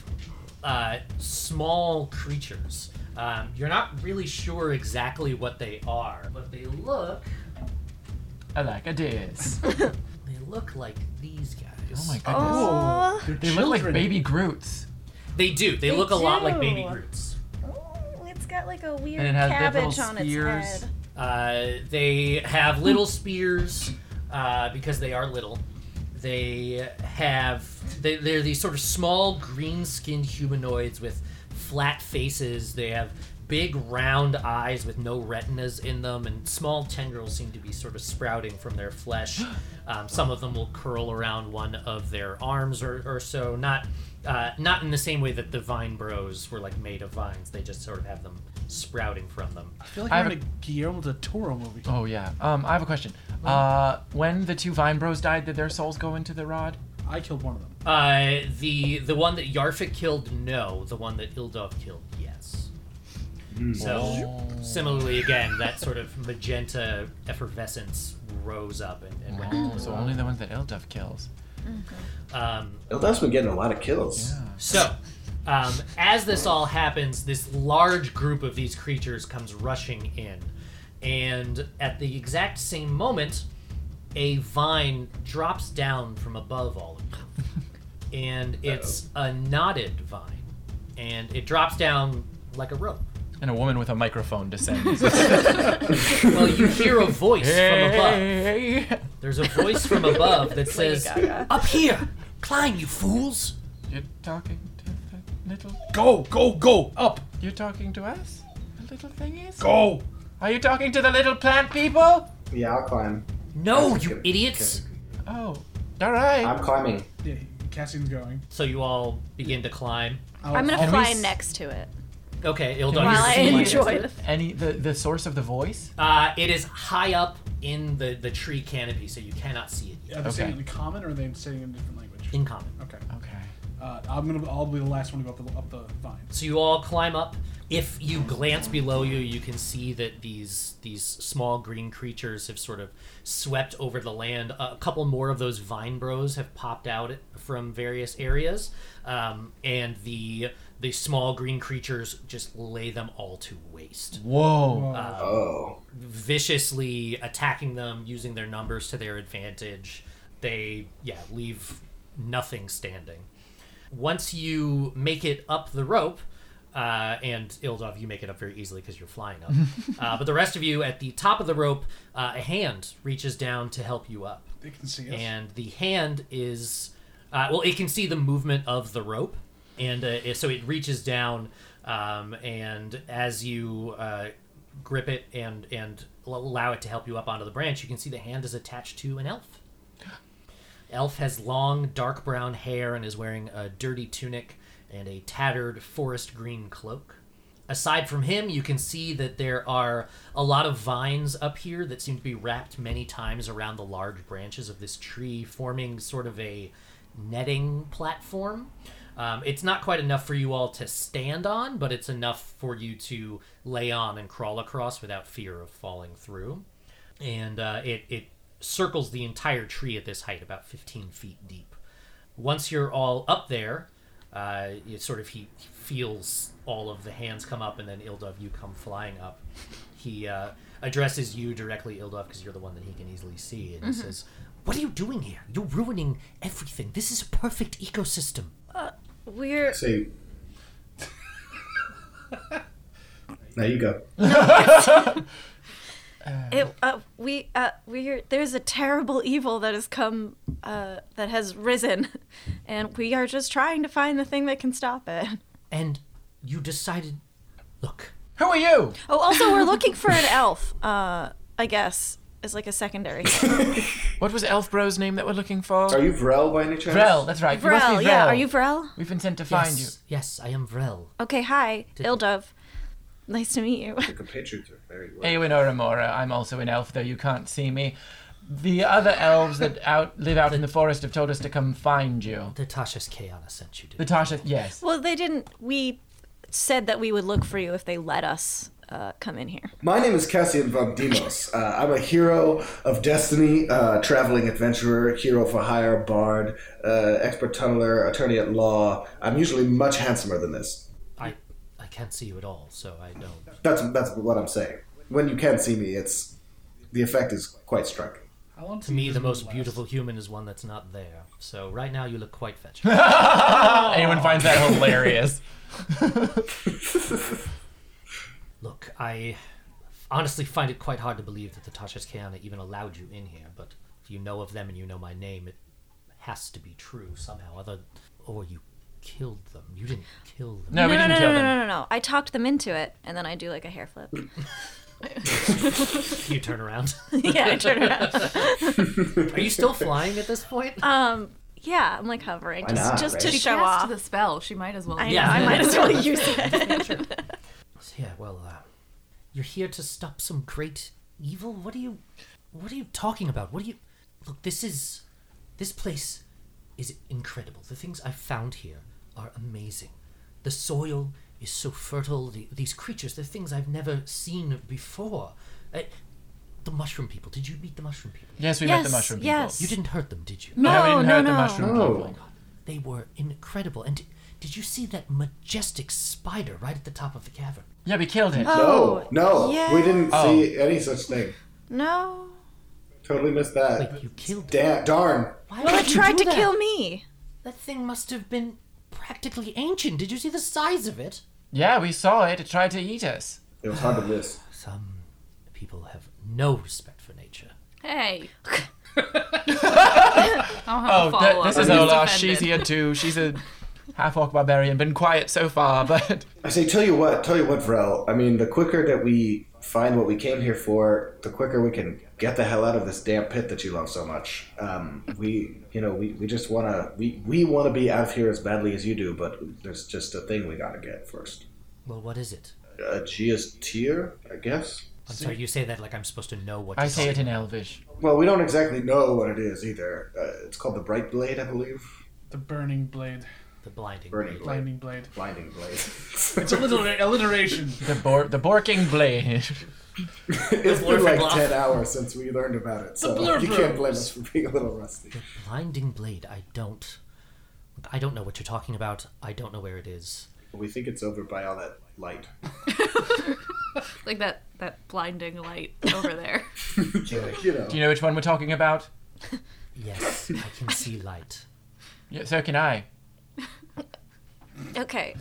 Speaker 7: uh, small creatures. Um, you're not really sure exactly what they are, but they look
Speaker 3: I like a diz.
Speaker 7: they look like these guys.
Speaker 3: Oh my goodness.
Speaker 4: Oh.
Speaker 6: They're
Speaker 3: They look like
Speaker 6: children.
Speaker 3: baby Groots.
Speaker 7: They do. They, look a lot like baby
Speaker 4: do.
Speaker 7: Groots.
Speaker 4: It's got like a weird
Speaker 3: And it has the little
Speaker 4: cabbage on
Speaker 3: spears.
Speaker 4: its head.
Speaker 7: Uh, they have little spears uh, because they are little. They have they, they're these sort of small green-skinned humanoids with flat faces. They have big round eyes with no retinas in them, and small tendrils seem to be sort of sprouting from their flesh. Um, some of them will curl around one of their arms or, or so. Not uh, not in the same way that the vine bros were like made of vines. They just sort of have them sprouting from them.
Speaker 6: I feel like
Speaker 3: I
Speaker 6: I'm in
Speaker 3: have-
Speaker 6: a Guillermo del Toro movie.
Speaker 3: Oh yeah. Um, I have a question.
Speaker 7: Oh.
Speaker 3: Uh, when the two Vine Bros died, did their souls go into the rod?
Speaker 6: I killed one of them.
Speaker 7: Uh, the the one that Yarfik killed, no. The one that Ildov killed, yes. So similarly, again, that sort of magenta effervescence rose up and, and went. into
Speaker 3: Oh. So only the ones that Ilduf kills.
Speaker 7: the- Um,
Speaker 8: Ildov's been getting a lot of kills.
Speaker 7: so, um, as this all happens, this large group of these creatures comes rushing in, and at the exact same moment, a vine drops down from above all of them, and it's a knotted vine, and it drops down like a rope.
Speaker 3: And a woman with a microphone descends.
Speaker 7: Well, you hear a voice from above.
Speaker 3: Hey.
Speaker 7: There's a voice from above that says,
Speaker 4: Gaga.
Speaker 7: "Up here, climb, you fools!"
Speaker 3: You're talking to the little.
Speaker 6: Go, go, go! Up,
Speaker 3: You're talking to us. The little thingies.
Speaker 6: go!
Speaker 3: Are you talking to the little plant people?
Speaker 8: Yeah, I'll climb.
Speaker 7: No,
Speaker 8: That's
Speaker 7: you
Speaker 8: good.
Speaker 7: idiots!
Speaker 3: Oh. All right.
Speaker 8: I'm climbing.
Speaker 6: Yeah, Cassian's going.
Speaker 7: So you all begin to climb.
Speaker 6: I'll-
Speaker 4: I'm gonna
Speaker 6: I'll-
Speaker 4: fly next to it
Speaker 7: Okay, Ildar.
Speaker 4: while I
Speaker 7: you see-
Speaker 4: enjoy the.
Speaker 3: Any the the source of the voice?
Speaker 7: Uh, it is high up in the, the tree canopy, so you cannot see it yet.
Speaker 6: Are they saying it
Speaker 3: Okay.
Speaker 6: in common or are they saying it in a different language?
Speaker 7: In common.
Speaker 6: Okay.
Speaker 3: Okay.
Speaker 6: Uh, I'm gonna. I'll be the last one to go up the up the vine.
Speaker 7: So you all climb up. If you glance below you, you can see that these these small green creatures have sort of swept over the land. A couple more of those vine bros have popped out from various areas, um, and the the small green creatures just lay them all to waste.
Speaker 3: Whoa.
Speaker 8: Oh.
Speaker 7: viciously attacking them, using their numbers to their advantage. They, yeah, leave nothing standing. Once you make it up the rope, uh, and Ildov, you make it up very easily because you're flying up. uh, but the rest of you at the top of the rope, uh, a hand reaches down to help you up.
Speaker 6: They can see us.
Speaker 7: And the hand is, uh, well, it can see the movement of the rope, and uh, it- so it reaches down, um, and as you uh, grip it and and l- allow it to help you up onto the branch, you can see the hand is attached to an elf. Elf has long, dark brown hair and is wearing a dirty tunic and a tattered forest green cloak. Aside from him, you can see that there are a lot of vines up here that seem to be wrapped many times around the large branches of this tree, forming sort of a netting platform. Um, it's not quite enough for you all to stand on, but it's enough for you to lay on and crawl across without fear of falling through and uh, it it circles the entire tree at this height, about 15 feet deep. Once you're all up there, uh, it sort of he feels all of the hands come up, and then Ildov, you come flying up. He uh, addresses you directly, Ildov, because you're the one that he can easily see, and he
Speaker 3: Mm-hmm.
Speaker 7: says, "What are you doing here? You're ruining everything. This is a perfect ecosystem."
Speaker 4: We're
Speaker 8: Say. now you go.
Speaker 4: it, uh, we uh, we're there's a terrible evil that has come uh, that has risen, and we are just trying to find the thing that can stop it.
Speaker 7: And you decided, look,
Speaker 3: Who are you?
Speaker 4: Oh, also we're looking for an elf. Uh, I guess is like a secondary.
Speaker 3: What was Elf Bro's name that we're looking for?
Speaker 8: Are you Vrel by any chance?
Speaker 3: Vrel, that's right. You must
Speaker 4: Vrel,
Speaker 3: be
Speaker 4: yeah.
Speaker 3: Vrel.
Speaker 4: Are you Vrel?
Speaker 3: We've been sent to find you.
Speaker 7: yes, yes, I am Vrel.
Speaker 4: Okay, hi, Ildov. Nice to meet you.
Speaker 8: Your compatriots are very well.
Speaker 3: Eowyn Oramora, I'm also an elf, though you can't see me. The other elves that out live out in the forest have told us to come find you.
Speaker 7: The Tasha's Kayana sent you to.
Speaker 3: Natasha, yes.
Speaker 4: Well, they didn't. We said that we would look for you if they let us uh, come in here.
Speaker 5: My name is Cassian von Demos. Uh, I'm a hero of destiny, uh, traveling adventurer, hero for hire, bard, uh, expert tunneler, attorney at law. I'm usually much handsomer than this.
Speaker 7: I, I can't see you at all, so I don't.
Speaker 5: That's that's what I'm saying. When you can see me, it's the effect is quite striking.
Speaker 6: How long
Speaker 7: To me, the most beautiful human is one that's not there. So right now, you look quite fetched.
Speaker 3: Anyone finds that hilarious.
Speaker 7: look, I honestly find it quite hard to believe that the Tasha's Kiana even allowed you in here. But if you know of them and you know my name, it has to be true somehow. Other, or you killed them. You didn't kill them.
Speaker 3: No, we
Speaker 4: no,
Speaker 3: didn't
Speaker 4: no,
Speaker 3: kill
Speaker 4: no, no,
Speaker 3: them.
Speaker 4: no, no, no. I talked them into it, and then I do like a hair flip.
Speaker 7: You turn around.
Speaker 4: yeah, I turn around.
Speaker 7: Are you still flying at this point?
Speaker 4: Um, yeah, I'm like hovering
Speaker 8: Why
Speaker 4: just,
Speaker 8: not,
Speaker 4: just
Speaker 8: right?
Speaker 4: to
Speaker 2: She
Speaker 4: show
Speaker 2: cast
Speaker 4: off.
Speaker 2: the spell. She might as well.
Speaker 4: I
Speaker 2: do
Speaker 4: know.
Speaker 7: Yeah.
Speaker 4: I might as well use it.
Speaker 7: So, yeah. Well, uh, you're here to stop some great evil. What are you? What are you talking about? What are you? Look, this is, this place, is incredible. The things I found here are amazing. The soil is so fertile. The, these creatures, they're things I've never seen before. Uh, the mushroom people. Did you meet the mushroom people?
Speaker 3: Yes, we met the
Speaker 4: Yes,
Speaker 3: mushroom people.
Speaker 4: yes.
Speaker 7: You didn't hurt them, did you?
Speaker 3: No, we
Speaker 4: no,
Speaker 3: didn't
Speaker 4: no,
Speaker 3: hurt the
Speaker 4: no.
Speaker 3: mushroom people.
Speaker 7: They were incredible. And d- did you see that majestic spider right at the top of the cavern?
Speaker 3: Yeah, we killed it.
Speaker 4: Oh,
Speaker 5: no, no,
Speaker 4: yeah.
Speaker 5: we didn't
Speaker 3: Oh.
Speaker 5: see any such thing.
Speaker 4: No.
Speaker 5: Totally missed that.
Speaker 7: Wait, you killed it.
Speaker 5: Da- darn.
Speaker 7: Why
Speaker 4: Well,
Speaker 7: would
Speaker 4: it
Speaker 7: you
Speaker 4: tried
Speaker 7: do
Speaker 4: to
Speaker 7: that?
Speaker 4: kill me.
Speaker 7: That thing must have been practically ancient. Did you see the size of it?
Speaker 3: Yeah, we saw it. It tried to eat us.
Speaker 5: It was hard to miss.
Speaker 7: Some people have no respect for nature.
Speaker 2: Hey.
Speaker 3: Oh, th- this is Olaf.
Speaker 2: Olaf.
Speaker 3: She's here too. She's a half orc barbarian. Been quiet so far, but
Speaker 5: I say, tell you what, tell you what, Vrel. I mean, the quicker that we find what we came here for, the quicker we can get the hell out of this damn pit that you love so much. Um, we, you know, we, we just wanna we we wanna be out of here as badly as you do, but there's just a thing we gotta get first.
Speaker 7: Well, what is it?
Speaker 5: A Gia's tear, I guess.
Speaker 7: I'm sorry, you say that like I'm supposed to know what
Speaker 3: I
Speaker 7: you're
Speaker 3: say it
Speaker 7: talking
Speaker 3: in Elvish.
Speaker 5: Well, we don't exactly know what it is either. Uh, it's called the Bright Blade, I believe.
Speaker 6: The burning blade,
Speaker 7: about. The blinding.
Speaker 5: Burning Blade,
Speaker 6: blinding blade.
Speaker 5: Blinding Blade.
Speaker 6: It's alliter- alliteration.
Speaker 3: The bor- the Borking Blade.
Speaker 5: it's been like
Speaker 7: Blurfagloff.
Speaker 5: ten hours since we learned about it, so you can't blame us for being a little rusty.
Speaker 7: Blinding blade. I don't. I don't know what you're talking about. I don't know where it is.
Speaker 5: We think it's over by all that light.
Speaker 2: like that that blinding light over there.
Speaker 5: you know.
Speaker 3: Do you know which one we're talking about?
Speaker 7: Yes, I can see light.
Speaker 3: Yeah, so can I.
Speaker 4: Okay.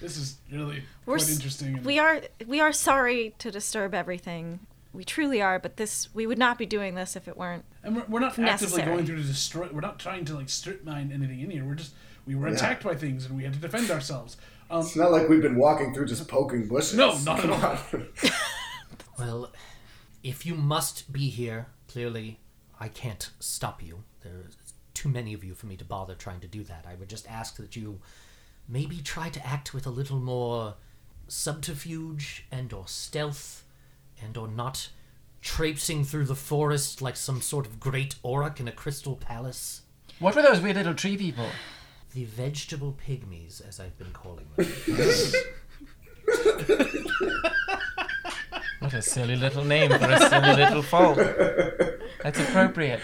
Speaker 6: This is really
Speaker 4: We're
Speaker 6: quite
Speaker 4: s-
Speaker 6: interesting. and-
Speaker 4: We are we are sorry to disturb everything. We truly are, but this we would not be doing this if it weren't.
Speaker 6: And we're, we're not actively
Speaker 4: Necessary.
Speaker 6: going through to destroy. We're not trying to like strip mine anything in here. We're just we were attacked by things and we had to defend ourselves. Um,
Speaker 5: It's not like we've been walking through just poking bushes.
Speaker 6: No, not at all.
Speaker 7: Well, if you must be here, clearly I can't stop you. There's too many of you for me to bother trying to do that. I would just ask that you maybe try to act with a little more subterfuge and or stealth and or not traipsing through the forest like some sort of great auroch in a crystal palace.
Speaker 3: What were those weird little tree people?
Speaker 7: The vegetable pygmies, as I've been calling them.
Speaker 3: What a silly little name for a silly little folk. That's appropriate.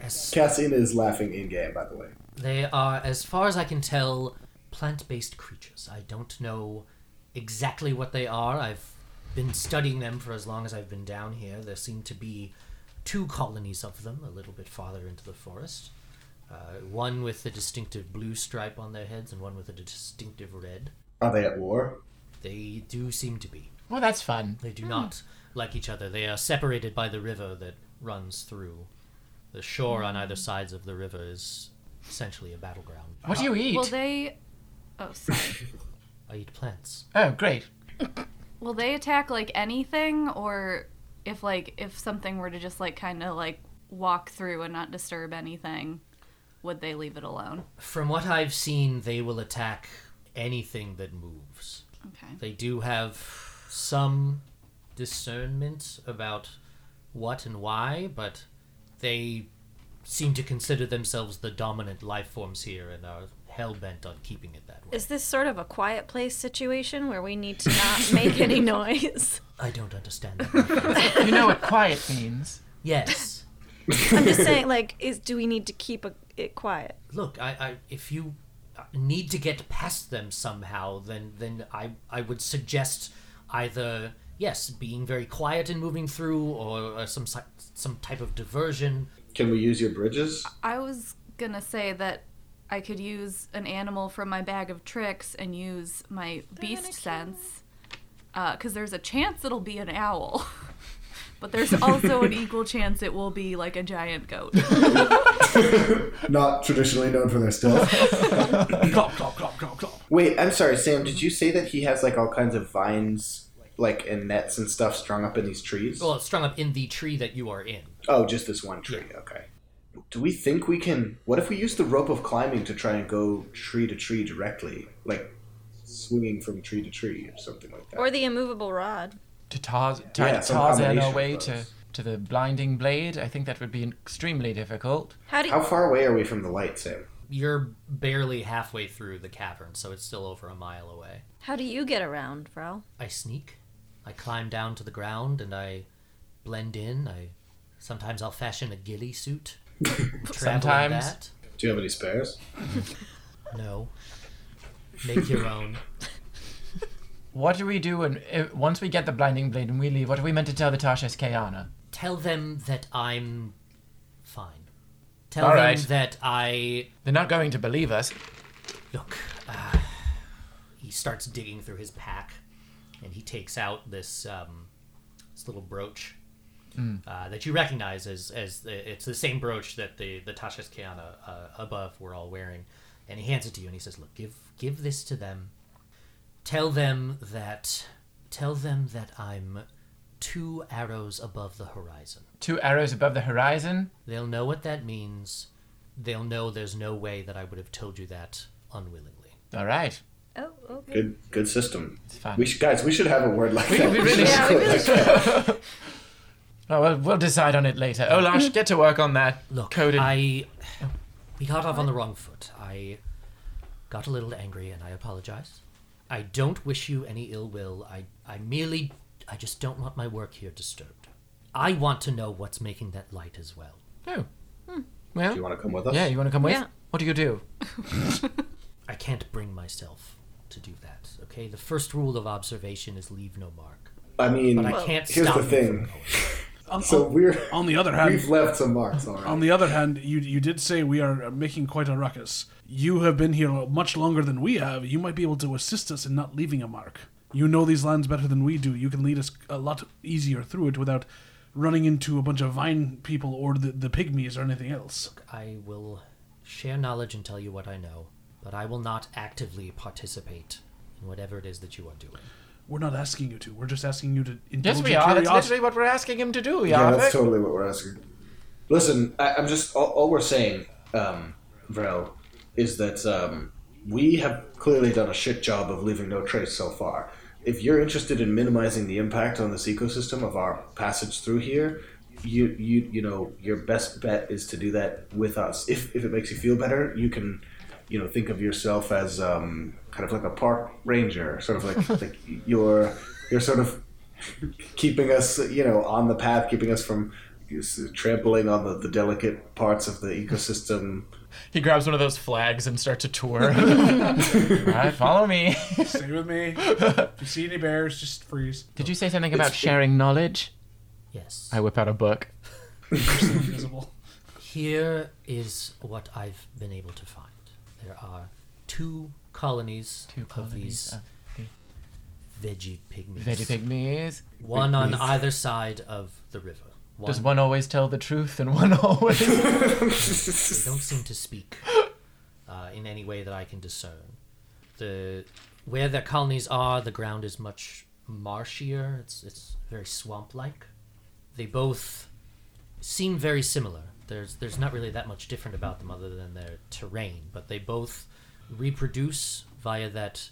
Speaker 7: As
Speaker 5: Cassine is laughing in game, by the way.
Speaker 7: They are, as far as I can tell, plant based creatures. I don't know exactly what they are. I've been studying them for as long as I've been down here. There seem to be two colonies of them a little bit farther into the forest. Uh, one with the distinctive blue stripe on their heads, and one with a distinctive red.
Speaker 5: Are they at war?
Speaker 7: They do seem to be.
Speaker 3: Well, that's fun.
Speaker 7: They do not like each other. They are separated by the river that runs through. The shore on either sides of the river is essentially a battleground.
Speaker 3: What do you eat?
Speaker 2: Will they? Oh, sorry.
Speaker 7: I eat plants.
Speaker 3: Oh, great.
Speaker 2: Will they attack like anything, or if like if something were to just like kind of like walk through and not disturb anything, would they leave it alone?
Speaker 7: From what I've seen, they will attack anything that moves.
Speaker 2: Okay.
Speaker 7: They do have some discernment about what and why, but they seem to consider themselves the dominant life forms here and are hell bent on keeping it that way.
Speaker 4: Is this sort of a quiet place situation where we need to not make any noise?
Speaker 7: I don't understand that.
Speaker 3: You know what quiet means.
Speaker 7: yes.
Speaker 4: I'm just saying, like, is do we need to keep a, it quiet?
Speaker 7: look, I, I if you uh, need to get past them somehow, then then I I would suggest either yes, being very quiet and moving through, or uh, some si- some type of diversion.
Speaker 5: Can we use your bridges?
Speaker 2: I was gonna say that I could use an animal from my bag of tricks and use my beast sense, because there's a chance it'll be an owl, but there's also an equal chance it will be like a giant goat.
Speaker 5: Not traditionally known for their stealth.
Speaker 6: clop clop clop clop clop.
Speaker 5: Wait, I'm sorry, Sam. Did you say that he has like all kinds of vines, like and nets and stuff strung up in these trees?
Speaker 7: Well, it's strung up in the tree that you are in.
Speaker 5: Oh, just this one tree. Okay. Do we think we can? What if we use the rope of climbing to try and go tree to tree directly, like swinging from tree to tree or something like that?
Speaker 4: Or the immovable rod?
Speaker 3: To Tarz- try
Speaker 5: Yeah,
Speaker 3: to
Speaker 5: some
Speaker 3: Tarzan
Speaker 5: combination
Speaker 3: our
Speaker 5: of
Speaker 3: way
Speaker 5: those.
Speaker 3: to, to the blinding blade, I think that would be extremely difficult.
Speaker 4: How do you,
Speaker 5: How far away are we from the light, Sam?
Speaker 7: You're barely halfway through the cavern, so it's still over a mile away.
Speaker 4: how do you get around, bro?
Speaker 7: I sneak. I climb down to the ground and I blend in. I sometimes I'll fashion a ghillie suit. Travel in
Speaker 3: Sometimes.
Speaker 7: that.
Speaker 5: Do you have any spares?
Speaker 7: No. Make your own.
Speaker 3: What do we do when, if, once we get the blinding blade and we leave? What are we meant to tell the Tasha's Kayana?
Speaker 7: tell them that I'm fine. Tell
Speaker 3: All
Speaker 7: them
Speaker 3: right.
Speaker 7: that I
Speaker 3: They're not going to believe us.
Speaker 7: look. Uh, he starts digging through his pack, and he takes out this um, this little brooch uh, that you recognize as as the, it's the same brooch that the the Tasha's Kiana uh, above were all wearing, and he hands it to you and he says, "Look, give give this to them. Tell them that tell them that I'm two arrows above the horizon."
Speaker 3: Two arrows above the horizon.
Speaker 7: They'll know what that means. They'll know there's no way that I would have told you that unwillingly.
Speaker 3: All right.
Speaker 4: Oh, okay.
Speaker 5: Good, good system.
Speaker 3: It's fine.
Speaker 5: We should, guys, we should have a word like that.
Speaker 3: we really
Speaker 4: Yeah, we really
Speaker 3: Oh, well, we'll decide on it later. Olash, get to work on that.
Speaker 7: Look,
Speaker 3: Coded.
Speaker 7: I we got off on the wrong foot. I got a little angry and I apologize. I don't wish you any ill will. I I merely I just don't want my work here disturbed. I want to know what's making that light as well.
Speaker 3: Oh.
Speaker 5: Do you
Speaker 3: Well,
Speaker 5: want to come with us?
Speaker 3: yeah, you want to come with?
Speaker 4: Yeah.
Speaker 3: What do you do?
Speaker 7: I can't bring myself to do that. Okay? The first rule of observation is leave no mark.
Speaker 5: I mean,
Speaker 7: But I can't
Speaker 5: here's
Speaker 7: stop
Speaker 5: the
Speaker 7: you from
Speaker 5: thing.
Speaker 7: going.
Speaker 6: On,
Speaker 5: So
Speaker 6: on-
Speaker 5: we're
Speaker 6: on the other hand,
Speaker 5: we've left some marks already.
Speaker 6: on the other hand, you you did say we are uh, making quite a ruckus. You have been here much longer than we have. You might be able to assist us in not leaving a mark. You know these lands better than we do. You can lead us a lot easier through it without running into a bunch of vine people or the, the pygmies or anything else.
Speaker 7: I will share knowledge and tell you what I know, but I will not actively participate in whatever it is that you are doing.
Speaker 6: We're not asking you to. We're just asking you to indulge
Speaker 3: Yes, we
Speaker 6: your
Speaker 3: are. That's
Speaker 6: curiosity.
Speaker 3: literally what we're asking him to do,
Speaker 5: yeah,
Speaker 3: Yarvik.
Speaker 5: that's totally what we're asking. Listen, I, I'm just all, all we're saying, um, Vrel, is that um, we have clearly done a shit job of leaving no trace so far. If you're interested in minimizing the impact on this ecosystem of our passage through here, you you you know your best bet is to do that with us. If if it makes you feel better, you can. You know, think of yourself as um, kind of like a park ranger, sort of like, like you're you're sort of keeping us, you know, on the path, keeping us from trampling on the, the delicate parts of the ecosystem.
Speaker 3: He grabs one of those flags and starts a tour. Alright, follow me.
Speaker 6: Stay with me. If you see any bears, just freeze.
Speaker 3: Did you say something about sharing knowledge?
Speaker 7: Yes.
Speaker 3: I whip out a book.
Speaker 6: Invisible.
Speaker 7: Here is what I've been able to find. There are two colonies,
Speaker 3: Two
Speaker 7: of these
Speaker 3: colonies. uh,
Speaker 7: veggie pygmies.
Speaker 3: Veggie pygmies.
Speaker 7: One on either side of the river. One,
Speaker 3: Does one always tell the truth and one always.
Speaker 7: They don't seem to speak uh, in any way that I can discern. The where their colonies are, the ground is much marshier. It's it's very swamp-like. They both seem very similar. There's there's not really that much different about them other than their terrain, but they both reproduce via that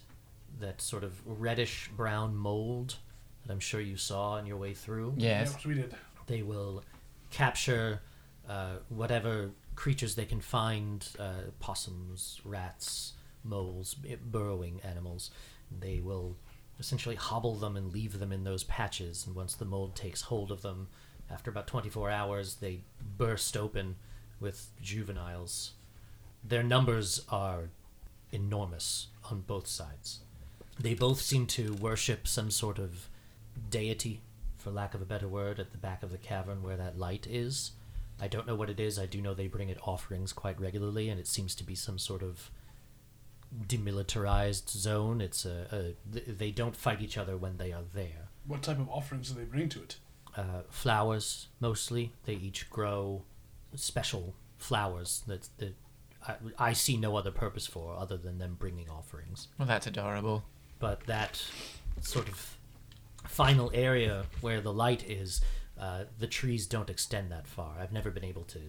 Speaker 7: that sort of reddish brown mold that I'm sure you saw on your way through
Speaker 3: yes.
Speaker 6: Yes, we did.
Speaker 7: they will capture uh, whatever creatures they can find uh, possums, rats, moles, b- burrowing animals. They will essentially hobble them and leave them in those patches. And once the mold takes hold of them, after about 24 hours, they burst open with juveniles. Their numbers are enormous on both sides. They both seem to worship some sort of deity, for lack of a better word, at the back of the cavern where that light is. I don't know what it is. I do know they bring it offerings quite regularly, and it seems to be some sort of demilitarized zone. It's a, a th- they don't fight each other when they are there.
Speaker 6: What type of offerings do they bring to it?
Speaker 7: Uh, flowers mostly. They each grow special flowers that that I, I see no other purpose for other than them bringing offerings.
Speaker 3: Well, that's adorable.
Speaker 7: but that sort of final area where the light is, uh, the trees don't extend that far. I've never been able to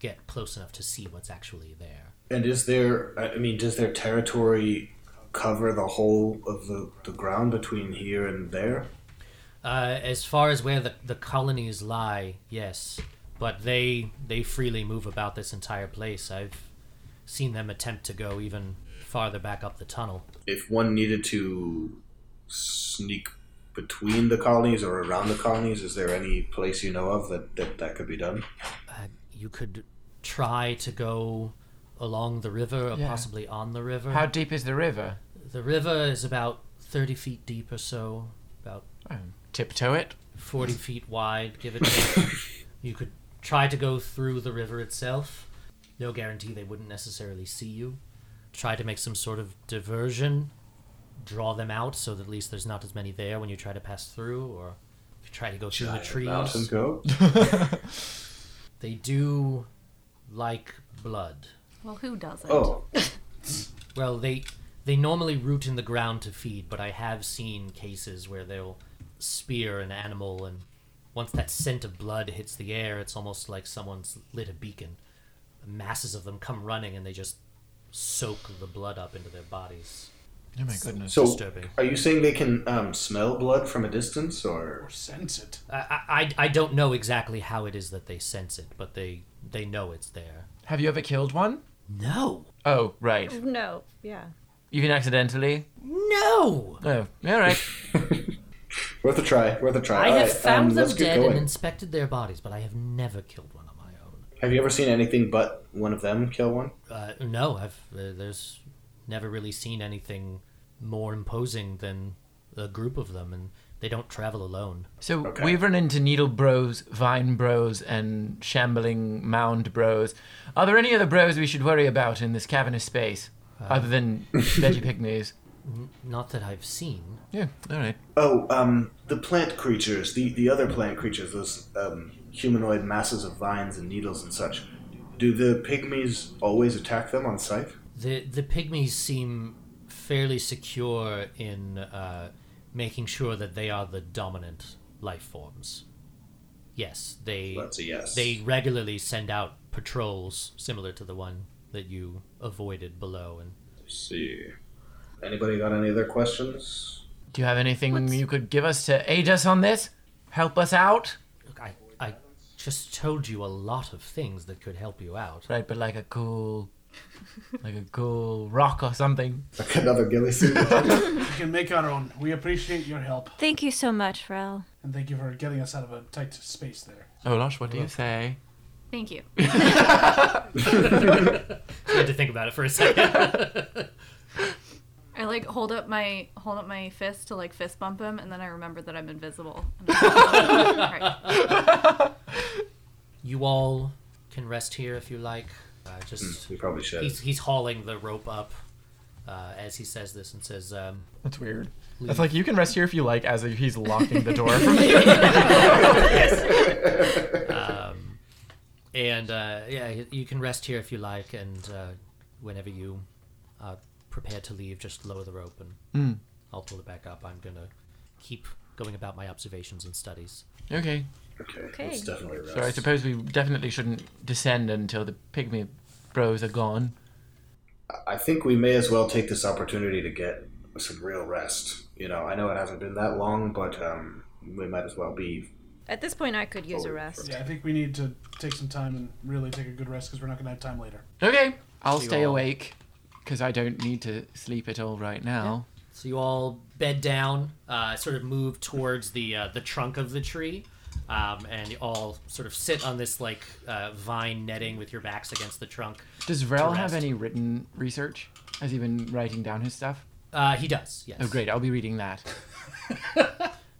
Speaker 7: get close enough to see what's actually there.
Speaker 5: And is there, I I mean, does their territory cover the whole of the, the ground between here and there?
Speaker 7: Uh, as far as where the, the colonies lie, yes, but they they freely move about this entire place. I've seen them attempt to go even farther back up the tunnel.
Speaker 5: If one needed to sneak between the colonies or around the colonies, is there any place you know of that that, that could be done?
Speaker 7: Uh, you could try to go along the river or
Speaker 3: Yeah.
Speaker 7: possibly on the river.
Speaker 3: How deep is the river?
Speaker 7: the river is about 30 feet deep or so, about
Speaker 3: Tiptoe it.
Speaker 7: 40 feet wide, give it take. you could try to go through the river itself. No guarantee they wouldn't necessarily see you. Try to make some sort of diversion, draw them out so that at least there's not as many there when you try to pass through, or if you try to go through the trees.
Speaker 5: Mountain go?
Speaker 7: They do like blood.
Speaker 2: Well, who doesn't?
Speaker 5: Oh,
Speaker 7: Well, they they normally root in the ground to feed, but I have seen cases where they'll spear an animal, and once that scent of blood hits the air, it's almost like someone's lit a beacon. Masses of them come running, and they just soak the blood up into their bodies.
Speaker 3: Oh my goodness.
Speaker 5: so
Speaker 7: disturbing.
Speaker 5: are you saying they can um, smell blood from a distance, or
Speaker 6: Or sense it?
Speaker 7: I, I, I- I don't know exactly how it is that they sense it, but they they know it's there.
Speaker 3: Have you ever killed one?
Speaker 7: No,
Speaker 3: Oh, right.
Speaker 4: No, yeah.
Speaker 3: Even accidentally?
Speaker 7: no.
Speaker 3: Oh, all right.
Speaker 5: worth a try? Worth a try.
Speaker 7: I
Speaker 5: All
Speaker 7: have
Speaker 5: right, um,
Speaker 7: found them
Speaker 5: let's get
Speaker 7: dead and
Speaker 5: going.
Speaker 7: inspected their bodies, but I have never killed one on my own.
Speaker 5: Have you ever seen anything but one of them kill one?
Speaker 7: Uh, no, I've uh, there's never really seen anything more imposing than a group of them, and they don't travel alone.
Speaker 3: So we've run into Needle Bros, Vine Bros, and Shambling Mound Bros. Are there any other bros we should worry about in this cavernous space, other than veggie pygmies?
Speaker 7: Not that I've seen.
Speaker 3: Yeah, all right.
Speaker 5: Oh, um, the plant creatures, the, the other plant creatures, those um, humanoid masses of vines and needles and such. Do the pygmies always attack them on sight?
Speaker 7: The the pygmies seem fairly secure in uh, making sure that they are the dominant life forms. Yes, they
Speaker 5: That's a yes.
Speaker 7: they regularly send out patrols similar to the one that you avoided below and
Speaker 5: see. Anybody got any other questions?
Speaker 3: Do you have anything you could give us to aid us on this? Help us out?
Speaker 7: Look, I I just told you a lot of things that could help you out.
Speaker 3: Right, but like a cool, like a cool rock or something.
Speaker 5: Like another ghillie suit?
Speaker 6: We can make our own. We appreciate your help,
Speaker 4: Thank you so much, Rel.
Speaker 6: and thank you for getting us out of a tight space there.
Speaker 3: Olosh, Oh, what do you say?
Speaker 2: Thank you.
Speaker 7: I had to think about it for a second.
Speaker 2: I like hold up my hold up my fist to like fist bump him, and then I remember that I'm invisible. And I'm like, "Oh, "Alright."
Speaker 7: you all can rest here if you like. Uh, just
Speaker 5: Mm, we probably should.
Speaker 7: He's, he's hauling the rope up uh, as he says this and says, um,
Speaker 9: That's weird. It's like you can rest here if you like, as he's locking the door from
Speaker 7: um, and uh, yeah, y- you can rest here if you like, and uh, whenever you are prepared to leave, just lower the rope and I'll pull it back up. I'm going to keep going about my observations and studies.
Speaker 3: Okay.
Speaker 5: Okay,
Speaker 4: Okay.
Speaker 5: It's definitely rest.
Speaker 3: So I suppose we definitely shouldn't descend until the pygmy bros are gone.
Speaker 5: I think we may as well take this opportunity to get some real rest. You know, I know it hasn't been that long, but um, we might as well be.
Speaker 4: At this point, I could use a rest.
Speaker 6: Yeah, I think we need to take some time and really take a good rest because we're not going to have time later.
Speaker 3: Okay, I'll stay awake because I don't need to sleep at all right now.
Speaker 7: So you all bed down, uh, sort of move towards the uh, the trunk of the tree, um, and you all sort of sit on this like uh, vine netting with your backs against the trunk.
Speaker 3: Does Rel
Speaker 7: To
Speaker 3: have
Speaker 7: rest.
Speaker 3: any written research? Has he been writing down his stuff?
Speaker 7: Uh, he does, yes.
Speaker 3: Oh, great! I'll be reading that.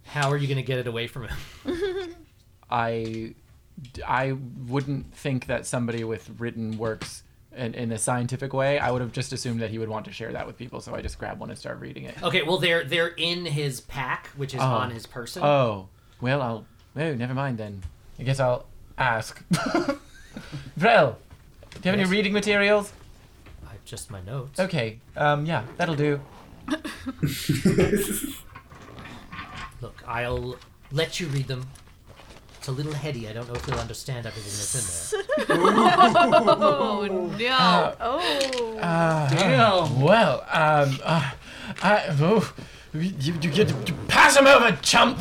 Speaker 7: How are you going to get it away from him?
Speaker 3: I, I wouldn't think that somebody with written works in, in a scientific way. I would have just assumed that he would want to share that with people, so I just grabbed one and started reading it.
Speaker 7: Okay, well they're they're in his pack, which is
Speaker 3: Uh-huh.
Speaker 7: on his person.
Speaker 3: Oh, well, I'll. Oh, never mind then. I guess I'll ask. Vrel, do you have any
Speaker 7: Yes.
Speaker 3: reading materials?
Speaker 7: I- just my notes.
Speaker 3: Okay, um, yeah, that'll do.
Speaker 7: Look, I'll let you read them. It's a little heady. I don't know if you'll understand everything that's in there.
Speaker 2: oh no!
Speaker 4: Oh.
Speaker 3: Well, um, uh, I, oh, you, you, you, you pass him over, chump!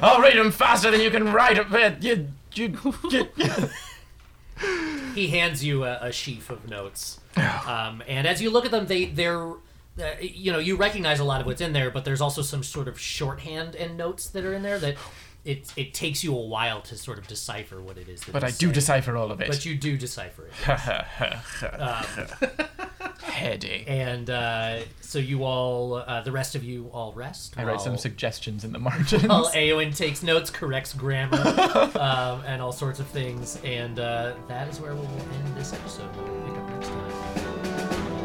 Speaker 3: I'll read him faster than you can write a bit. You, you, you.
Speaker 7: He hands you a, a sheaf of notes, um, and as you look at them, they they're uh, you know you recognize a lot of what's in there, but there's also some sort of shorthand and notes that are in there that it it takes you a while to sort of decipher what it is. That
Speaker 3: But I
Speaker 7: he's
Speaker 3: do
Speaker 7: saying.
Speaker 3: decipher all of it.
Speaker 7: But you do decipher it.
Speaker 3: Heady.
Speaker 7: And uh, so you all, uh, the rest of you all rest.
Speaker 9: I write some
Speaker 7: while-
Speaker 9: suggestions in the margins.
Speaker 7: While Aowen takes notes, corrects grammar, um, and all sorts of things. And uh, that is where we'll end this episode. We'll pick up next time.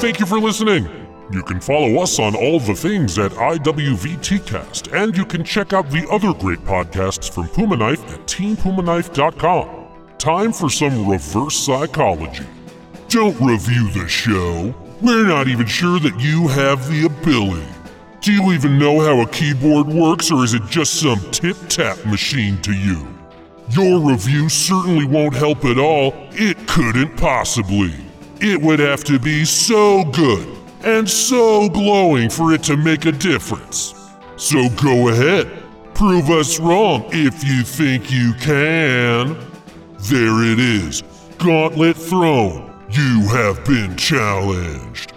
Speaker 1: Thank you for listening. You can follow us on all the things at IWVTcast, and you can check out the other great podcasts from Puma Knife at teampumaknife.com. Time for some reverse psychology. Don't review the show. We're not even sure that you have the ability. Do you even know how a keyboard works, or is it just some tip tap machine to you? Your review certainly won't help at all. It couldn't possibly. It would have to be so good and so glowing for it to make a difference. So go ahead, prove us wrong if you think you can. There it is Gauntlet Throne. You have been challenged.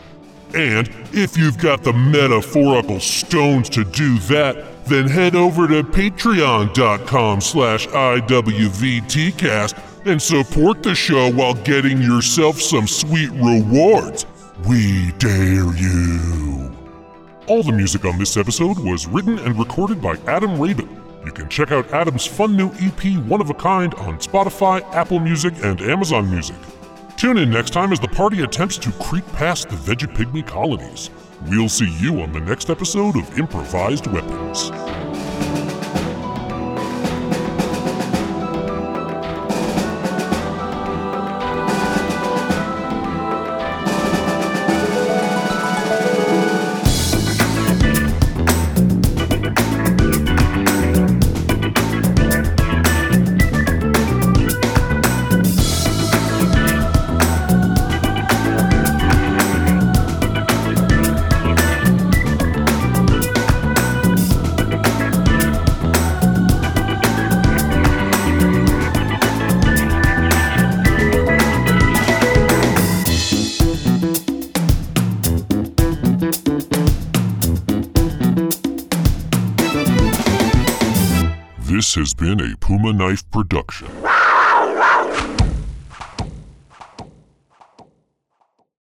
Speaker 1: And if you've got the metaphorical stones to do that, then head over to patreon.com slash IWVTcast and support the show while getting yourself some sweet rewards. We dare you. All the music on this episode was written and recorded by Adam Rabin. You can check out Adam's fun new EP, One of a Kind, on Spotify, Apple Music, and Amazon Music. Tune in next time as the party attempts to creep past the Veggie Pygmy colonies. We'll see you on the next episode of Improvised Weapons. This has been a Puma Knife production.